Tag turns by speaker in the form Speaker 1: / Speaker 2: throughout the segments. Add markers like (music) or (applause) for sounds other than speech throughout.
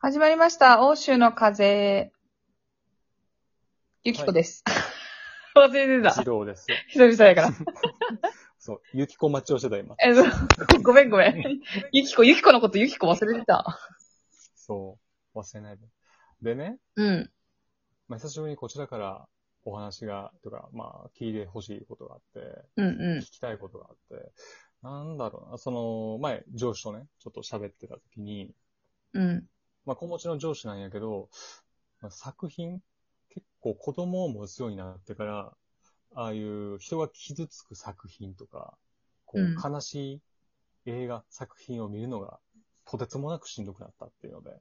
Speaker 1: 始まりました。欧州の風。ゆきこです。忘れてた
Speaker 2: 自。動です。
Speaker 1: (laughs) 久々 (laughs) やから。
Speaker 2: そう、ゆきこ待ちをしてた、今。
Speaker 1: え (laughs) そうごめんごめん。 (laughs) ゆきこ、ゆきこのことゆきこ忘れてた。
Speaker 2: そう、忘れないで。でね、
Speaker 1: うん。
Speaker 2: まあ、久しぶりにこちらからお話が、とか、まあ、聞いてほしいことがあって、
Speaker 1: うん
Speaker 2: 聞
Speaker 1: う
Speaker 2: きたいことがあって、なんだろうな、その、前、上司とね、ちょっと喋ってた時に、
Speaker 1: ん。うん。
Speaker 2: まあ、子持ちの上司なんやけど、まあ、作品、結構子供を持つようになってから、ああいう人が傷つく作品とか、こ
Speaker 1: うん
Speaker 2: う、悲しい映画、作品を見るのが、とてつもなくしんどくなったっていうので、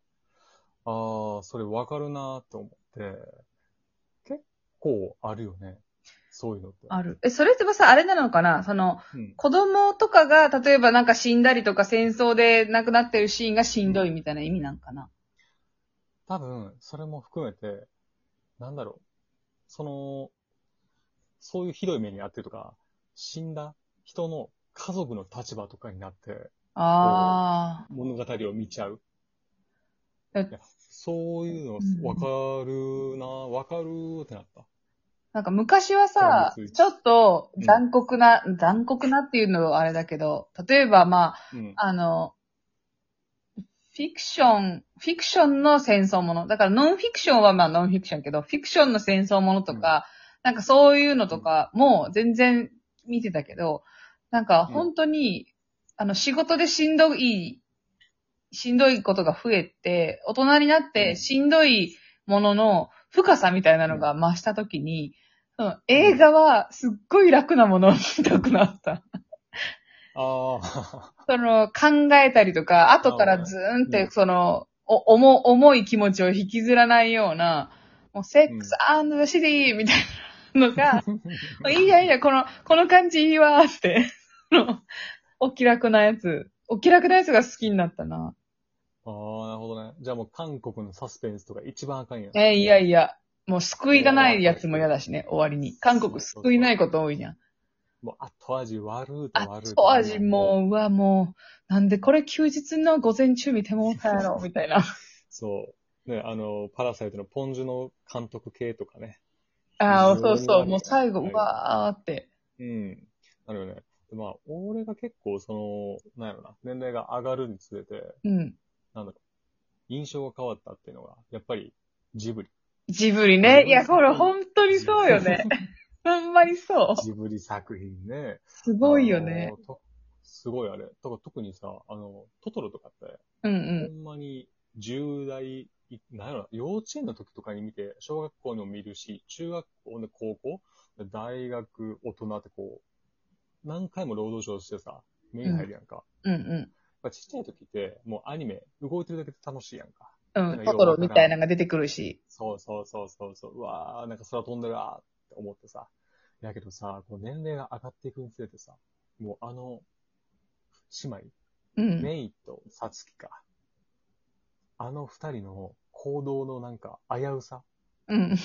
Speaker 2: ああ、それわかるなと思って、結構あるよね。そういうのって。
Speaker 1: ある。え、それってさ、あれなのかなその、
Speaker 2: うん、
Speaker 1: 子供とかが、例えばなんか死んだりとか戦争で亡くなってるシーンがしんどいみたいな意味なんかな
Speaker 2: 多分、それも含めて、なんだろう。その、そういうひどい目に遭ってるとか、死んだ人の家族の立場とかになって
Speaker 1: あ
Speaker 2: 物語を見ちゃう。
Speaker 1: え
Speaker 2: いやそういう
Speaker 1: う
Speaker 2: の
Speaker 1: ん
Speaker 2: わかるな、わかるってなった。
Speaker 1: あ。なんか昔はさ
Speaker 2: そうで、す
Speaker 1: ちょっと残酷な、残酷なっていうのはあれだけど、例えばまあ、
Speaker 2: うん。
Speaker 1: あの、フィクション、フィクションの戦争もの。だからノンフィクションはまあノンフィクションやけど、フィクションの戦争ものとか、なんかそういうのとかも全然見てたけど、なんか本当に、あの仕事でしんどい、しんどいことが増えて、大人になっ
Speaker 2: う
Speaker 1: て
Speaker 2: ん
Speaker 1: しんどいものの深さみたいなのが増したときに、その映画はすっごい楽なものを見たくなった。
Speaker 2: あ (laughs) あ、
Speaker 1: その、考えたりとか、後からズーンっ
Speaker 2: う
Speaker 1: て、
Speaker 2: ん
Speaker 1: その、お、重、重い気持ちを引きずらないような、もう、セックスシティみたいなの (laughs) が、もういいやいいや、この、この感じいいわーって、 (laughs) そのお気楽なやつ、お気楽なやつが好きになったな。
Speaker 2: ああ、なるほどね。じゃあもう韓国のサスペンスとか一番あかんやん。
Speaker 1: えいやいや、もう救いがないやつも嫌だしね、終わりに。韓国救いないこと多いじゃん。
Speaker 2: もう後味悪うと悪うと
Speaker 1: 後味もう、うわ、もう、なんでこれ休日の午前中見てもうたやろ、みたいな。
Speaker 2: そう。ね、あの、パラサイトのポンジュの監督系とかね。
Speaker 1: ああ、
Speaker 2: 非
Speaker 1: そう
Speaker 2: 常に
Speaker 1: そう、
Speaker 2: 悪い
Speaker 1: もう最後、
Speaker 2: はいう
Speaker 1: わーって。
Speaker 2: うん。なるよね。でまあ、俺が結構、その、なんやろな、年齢が上がるにつれて、
Speaker 1: うん。
Speaker 2: なんだろう、印象が変わったっていうのが、やっぱり、ジブリ。
Speaker 1: ジブリね。いや、
Speaker 2: ジ
Speaker 1: こ
Speaker 2: ブリ
Speaker 1: れ本当にそうよ
Speaker 2: (laughs)
Speaker 1: ね。ほんまにそう。
Speaker 2: ジブリ作品ね。
Speaker 1: す
Speaker 2: す
Speaker 1: ごいよね。。
Speaker 2: とすごいあれ。だから特にさ、あの、トトロとかって、
Speaker 1: うんう
Speaker 2: ほ
Speaker 1: ん。
Speaker 2: んまに、10代、いなんやろな、幼稚園の時とかに見て、小学校にも見るし、中学校、ね、高校、大学、大人ってこう、何回も労働省してさ、目に入るやんか。
Speaker 1: うん
Speaker 2: まあちっちゃい時って、もうアニメ、動いてるだけで楽しいやんか。
Speaker 1: うん。うん。トトロみたいなのが出てくるし。
Speaker 2: そうそうそうそうそう。うわー、なんか空飛んでるわーって思ってさ。だけどさ、こう年齢が上がっていくにつれてさ、もうあの、姉妹、
Speaker 1: うん。
Speaker 2: メイとサツキか。あの二人の行動のなんか危うさ、
Speaker 1: うん。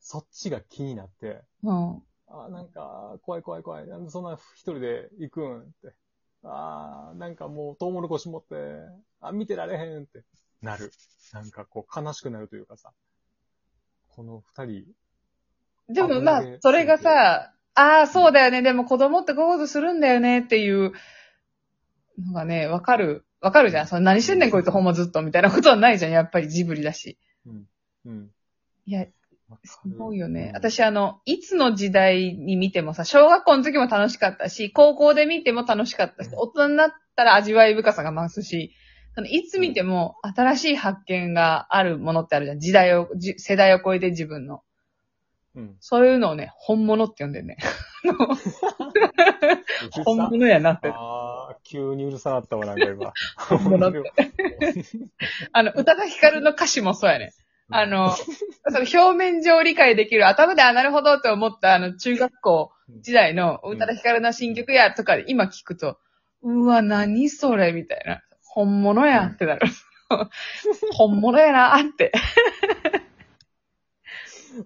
Speaker 2: そっちが気になって、
Speaker 1: うん。
Speaker 2: あーなんか、怖い怖い怖い。なんでそんな一人で行くんって。あーなんかもうトウモロコシ持って、あ、見てられへんって。なる。なんかこう悲しくなるというかさ。この二人、
Speaker 1: でもまあ
Speaker 2: あれ、
Speaker 1: それがさ、ああ、そうだよね。でも子供ってこういうことするんだよねっていうのがね、わかる。わかるじゃん。その何してんねんこいつほんまずっとみたいなことはないじゃん。やっぱりジブリだし。
Speaker 2: うん。
Speaker 1: いや、
Speaker 2: わかる
Speaker 1: すごいよね。
Speaker 2: うん
Speaker 1: 私あの、いつの時代に見てもさ、小学校の時も楽しかったし、高校で見ても楽しかったし、
Speaker 2: うん
Speaker 1: 大人になったら味わい深さが増すし、そのいつ見ても新しい発見があるものってあるじゃん。時代を、じ世代を超えて自分の。
Speaker 2: うん。
Speaker 1: そういうのをね、本物って呼んでんね。 (laughs) 本
Speaker 2: うる
Speaker 1: 物やなっ
Speaker 2: さ
Speaker 1: て。
Speaker 2: あー急にうるさなったわ、なん
Speaker 1: (laughs)
Speaker 2: か今。
Speaker 1: 本物ってあの、宇多田ヒカルの歌詞もそうやね。あの、その表面上理解できる、頭で、あ、なるほどって思った、あの、中学校時代の
Speaker 2: ん
Speaker 1: 宇多田ヒカルの新曲やとかで今聞くと、うわ、何それみたいな。本物やんって
Speaker 2: (laughs)
Speaker 1: なる。本物やなって。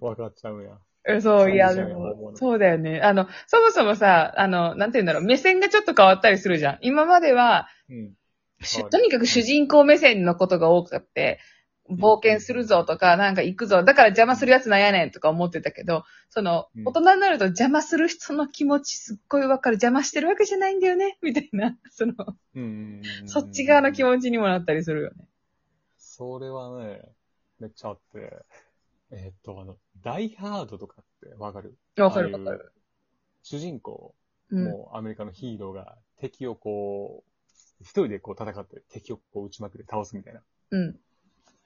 Speaker 2: わかっちゃうんや。
Speaker 1: えそう、いや、
Speaker 2: そう
Speaker 1: で
Speaker 2: じゃん本
Speaker 1: も、
Speaker 2: 物
Speaker 1: そうだよね。あの、そもそもさ、あの、なんて言うんだろう、目線がちょっと変わったりするじゃん。今までは、
Speaker 2: うん。
Speaker 1: し
Speaker 2: はい
Speaker 1: とにかく主人公目線のことが多くって、冒険するぞとか、なんか行くぞ、だから邪魔するやつなんやねんとか思ってたけど、その
Speaker 2: う、ん
Speaker 1: 大人になると邪魔する人の気持ちすっごいわかる、邪魔してるわけじゃないんだよね、みたいな、 (laughs) その、
Speaker 2: うん。
Speaker 1: そっち側の気
Speaker 2: ち。
Speaker 1: 持ちにもなったりするよね。
Speaker 2: それはね、めっちゃあって。えーっと、あの、ダイハードとかってわかる
Speaker 1: わかるわ
Speaker 2: ああいう
Speaker 1: かる。
Speaker 2: 主人公、
Speaker 1: うん。
Speaker 2: もうアメリカのヒーローが敵をこう、一人でこう戦って敵をこう撃ちまくって倒すみたいな。
Speaker 1: うん。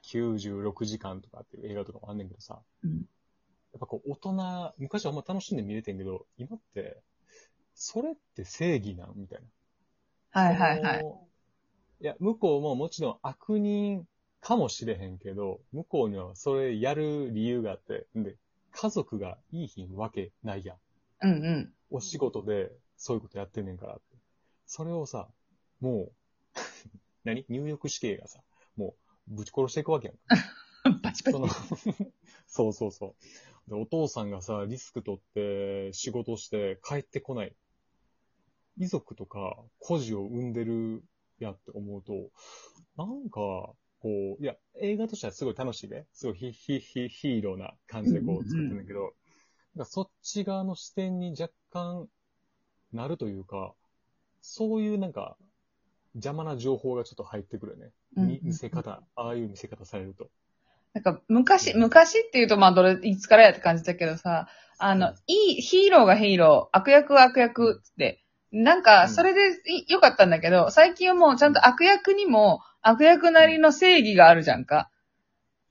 Speaker 2: 96時間とかっていう映画とかもあんねんけどさ。
Speaker 1: うん
Speaker 2: やっぱこう大人、昔はほんま楽しんで見れてんけど、今って、それって正義なんみたいな。
Speaker 1: はいはいはい。
Speaker 2: こういや、向こうももちろん悪人かもしれへんけど、向こうにはそれやる理由があって、んで、家族がいいひんわけないやん。
Speaker 1: うんうん。 (laughs)
Speaker 2: お仕事でそういうことやってんねんからって。それをさ、もう、 (laughs) 何入浴死刑がさ、もう、ぶち殺していくわけやんか。
Speaker 1: パチパチ
Speaker 2: そ。の (laughs) そうそうそう。で、お父さんがさ、リスク取って、仕事して、帰ってこない。遺族とか、孤児を産んでるやって思うと、なんか、こう、いや、映画としてはすごい楽しいね。すごいヒヒヒヒーローな感じでこう作ってるんだけど、なんかそっち側の視点に若干なるというか、そういうなんか、邪魔な情報がちょっと入ってくるよね。
Speaker 1: うん
Speaker 2: み見せ方、ああいう見せ方されると。
Speaker 1: なんか、昔、昔っていうと、まあ、どれ、いつからやって感じだけどさ、あ
Speaker 2: う
Speaker 1: の
Speaker 2: ん、
Speaker 1: いい、ヒーローがヒーロー、悪役は悪役って、なんか、
Speaker 2: うん
Speaker 1: それでい良かったんだけど、最近はもうちゃんと悪役にも、悪役なりの正義があるじゃんか。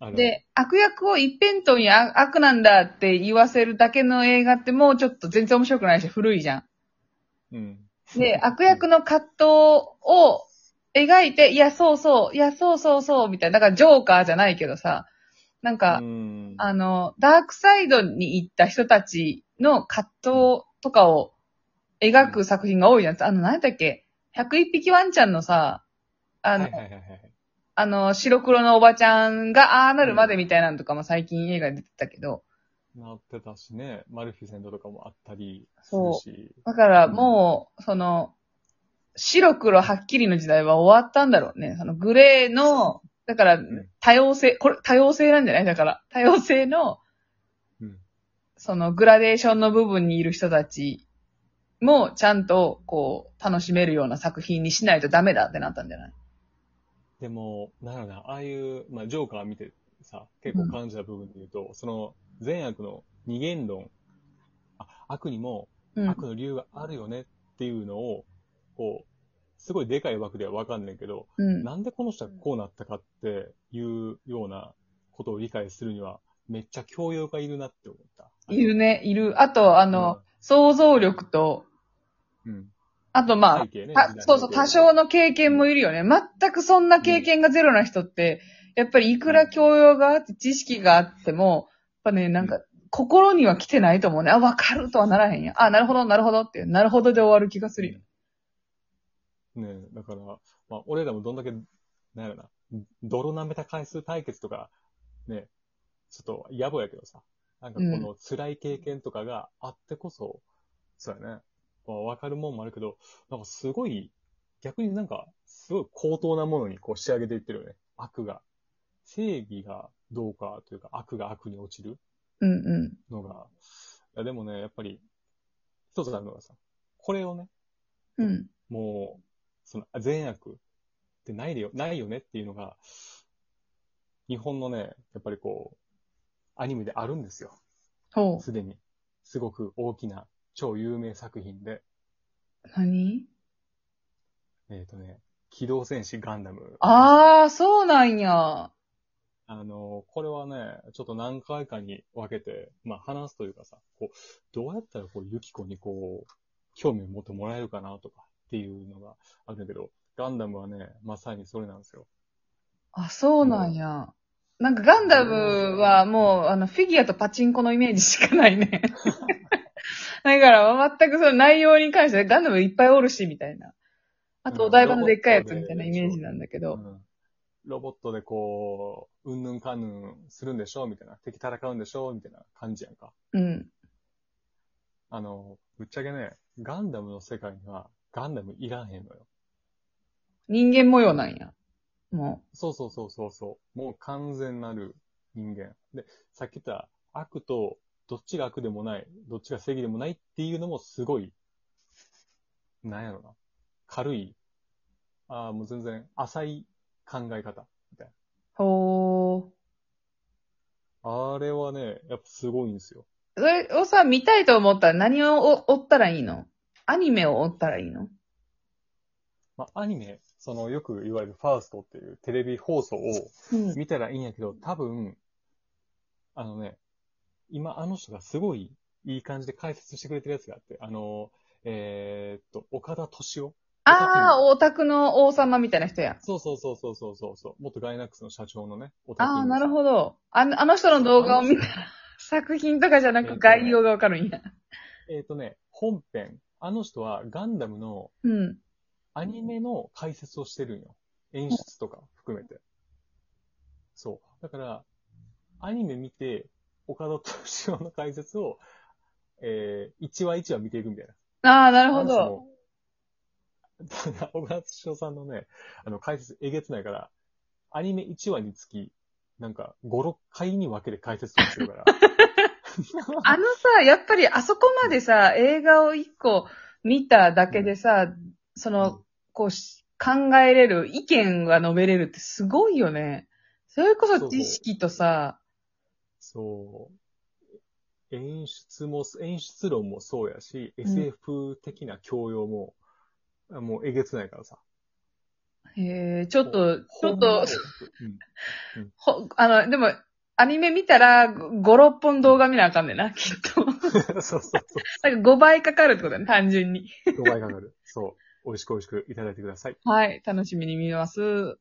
Speaker 2: あの
Speaker 1: で、悪役を一辺倒にあ悪なんだって言わせるだけの映画ってもうちょっと全然面白くないし、古いじゃん。
Speaker 2: うん。
Speaker 1: で、悪役の葛藤を描いて、いや、そうそう、いや、そうそうそう、みたいな。だから、ジョーカーじゃないけどさ、なんか、
Speaker 2: うん
Speaker 1: あの、ダークサイドに行った人たちの葛藤とかを描く作品が多いじゃん。あの、何だっけ ?101 匹ワンちゃんのさ、あの、
Speaker 2: はいはいはいはい。
Speaker 1: あの、白黒のおばちゃんがああなるまでみたいなのとかも最近映画で出てたけど。
Speaker 2: なってたしね、マルフィセントとかもあったりする
Speaker 1: そう
Speaker 2: し。
Speaker 1: だからもう、その、白黒はっきりの時代は終わったんだろうね。そのグレーの、だから
Speaker 2: ん、
Speaker 1: 多様性、これ多様性なんじゃないだから、多様性の、
Speaker 2: うん。
Speaker 1: そのグラデーションの部分にいる人たちもちゃんとこう楽しめるような作品にしないとダメだってなったんじゃない
Speaker 2: でも、なんやろな、ああいう、まあ、ジョーカー見てさ、結構感じた部分で言うと、その、善悪の二元論、あ、悪にも
Speaker 1: うん。
Speaker 2: 悪の理由があるよねっていうのを、こう、すごいでかい枠ではわかんないけど、
Speaker 1: うん。
Speaker 2: なんでこの人はこうなったかっていうようなことを理解するには、めっちゃ教養がいるなって思った。
Speaker 1: いるね、いる。あと、あの、
Speaker 2: うん
Speaker 1: 想像力と、
Speaker 2: うん。
Speaker 1: あとまあ
Speaker 2: 背、景ね。
Speaker 1: た
Speaker 2: 時代背景
Speaker 1: そうそう、多少の経験もいるよね。全くそんな経験がゼロな人って、やっぱりいくら教養があって知識があっても、やっぱね、なんか、心には来てないと思うね。あ、わかるとはならへんや。あ、なるほど、なるほどっていう、なるほどで終わる気がするよ。
Speaker 2: ねえ、だから、まあ、俺らもどんだけ、なんやろな、泥舐めた回数対決とか、ね、ちょっと野暮やけどさ、なんかこの辛い経験とかがあってこそ、そうやね、まあ、わかるもんもあるけど、なんかすごい、逆になんか、すごい高等なものにこう仕上げていってるよね。悪が。正義がどうかというか、悪が悪に落ちる
Speaker 1: うんう
Speaker 2: のが、いやでもね、やっぱり、一つあるのがさ、これをね、
Speaker 1: ん。うん。
Speaker 2: もう、その、善悪ってないでよ、ないよねっていうのが、日本のね、やっぱりこう、アニメであるんですよ。
Speaker 1: ほう。
Speaker 2: すでに。すごく大きな、超有名作品で。
Speaker 1: 何
Speaker 2: えっ、とね、機動戦士ガンダム。
Speaker 1: ああ、そうなんや。
Speaker 2: あの、これはね、ちょっと何回かに分けて、まあ話すというかさ、こう、どうやったらこう、ユキコにこう、興味を持ってもらえるかなとかっていうのがあるんだけど、ガンダムはね、まさにそれなんですよ。
Speaker 1: あ、そうなんや。なんかガンダムはもう、あの、フィギュアとパチンコのイメージしかない (laughs) ね。だから、全くその内容に関して、ガンダムいっぱいおるし、みたいな。あと、お台場のでっかいやつみたいなイメージなんだけ
Speaker 2: う
Speaker 1: ど。
Speaker 2: んロボットでこう、うんぬんかんぬんするんでしょみたいな。敵戦うんでしょみたいな感じやんか。
Speaker 1: うん。
Speaker 2: あの、ぶっちゃけね、ガンダムの世界にはガンダムいらんへんのよ。
Speaker 1: 人間模様なんや。も
Speaker 2: そうそうそうそうそう。もう完全なる人間。で、さっき言った悪と、どっちが悪でもない、どっちが正義でもないっていうのもすごい、なんやろな。軽い、ああ、もう全然浅い考え方。
Speaker 1: う。ほ
Speaker 2: あれはね、やっぱすごいんですよ。
Speaker 1: ー。それをさ、見たいと思ったら何をお追ったらいいのアニメを追ったらいいの
Speaker 2: まあ、アニメ、そのよく言われるファーストっていうテレビ放送を
Speaker 1: うん。
Speaker 2: 見たらいいんやけど、多分、あのね、今あの人がすごいいい感じで解説してくれてるやつがあって、あの、えーっと、岡田敏夫
Speaker 1: ああ、オタクの王様みたいな人や。
Speaker 2: そうそうそうそうそうそうそう。元ガイナックスの社長のね、オタ
Speaker 1: ああ、なる
Speaker 2: ど。
Speaker 1: ほど。あのあの人の動画を見たら、作品とかじゃなく概要がわかるんや。
Speaker 2: えーっとね、本編。あの人はガンダムの
Speaker 1: うん。
Speaker 2: アニメの解説をしてるんよ。演出とか含めて。そう。だから、アニメ見て、岡田敏夫の解説を、えー、一話一話見ていくみたいな。
Speaker 1: ああ、なるほ
Speaker 2: あ
Speaker 1: ど。
Speaker 2: の人も。ただ、小川敏夫さんのね、あの、解説えげつないから、アニメ1話につき、なんか、5、6回に分けて解説とかしてるから。
Speaker 1: あのさ、やっぱりあそこまでさ、映画を一個見ただけでさ、その、こうし、考えれる、意見が述べれるってすごいよね。それこ
Speaker 2: そ
Speaker 1: そう知識とさ、
Speaker 2: そう。演出も、演出論もそうやし、SF 的な教養も、あもうえげつないからさ。
Speaker 1: へえ、ちょっと、ちょっ
Speaker 2: ほんま
Speaker 1: と
Speaker 2: に、うん
Speaker 1: ほ、あの、でも、アニメ見たら、5、6本動画見なあかんねんな、きっと。 (laughs)
Speaker 2: (laughs) そうそうそう。
Speaker 1: なんか5倍かかるってことだね、単純に。
Speaker 2: 5倍かかる。そう。美味しく美味しくいただいてください。
Speaker 1: はい、楽しみに見ます。